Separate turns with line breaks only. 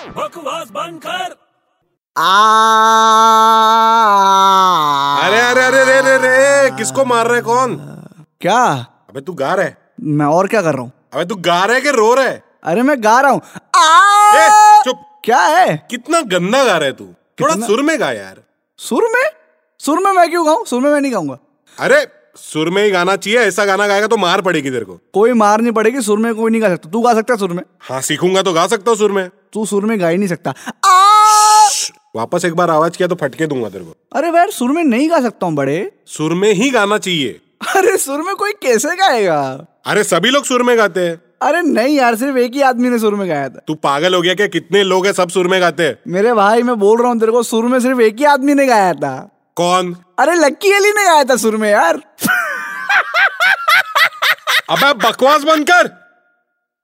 आवाज बंद कर
आ
अरे अरे अरे रे रे रे किसको मार रहा है कौन
क्या
अबे तू गा रहा है
मैं और क्या कर रहा हूँ
अबे तू गा रहा है कि रो रहा है
अरे मैं गा रहा हूँ
ए,
आ!
चुप
क्या है
कितना गंदा गा रहा है तू थोड़ा
कितना-
सुर में गा यार
सुर में सुर में मैं क्यों गाऊं सुर में मैं नहीं गाऊंगा
अरे सुर में ही गाना चाहिए ऐसा गाना गाएगा तो मार पड़ेगी तेरे को
कोई मार नहीं पड़ेगी सुर में कोई नहीं गा सकता तू गा सकता है सुर में
हाँ सीखूंगा तो गा सकता हूँ सुर में
तू सुर में गा ही नहीं सकता आ!
वापस एक बार आवाज किया तो फटके दूंगा तेरे को
अरे यार सुर में नहीं गा सकता हूँ बड़े
सुर में ही गाना चाहिए
अरे सुर में कोई कैसे गाएगा
अरे सभी लोग सुर में गाते हैं
अरे नहीं यार सिर्फ एक ही आदमी ने सुर में गाया था
तू पागल हो गया क्या कितने लोग हैं सब सुर में गाते हैं
मेरे भाई मैं बोल रहा हूँ तेरे को सुर में सिर्फ एक ही आदमी ने गाया था
कौन
अरे लक्की अली ने गाया था सुर में यार
अबे बकवास बंद कर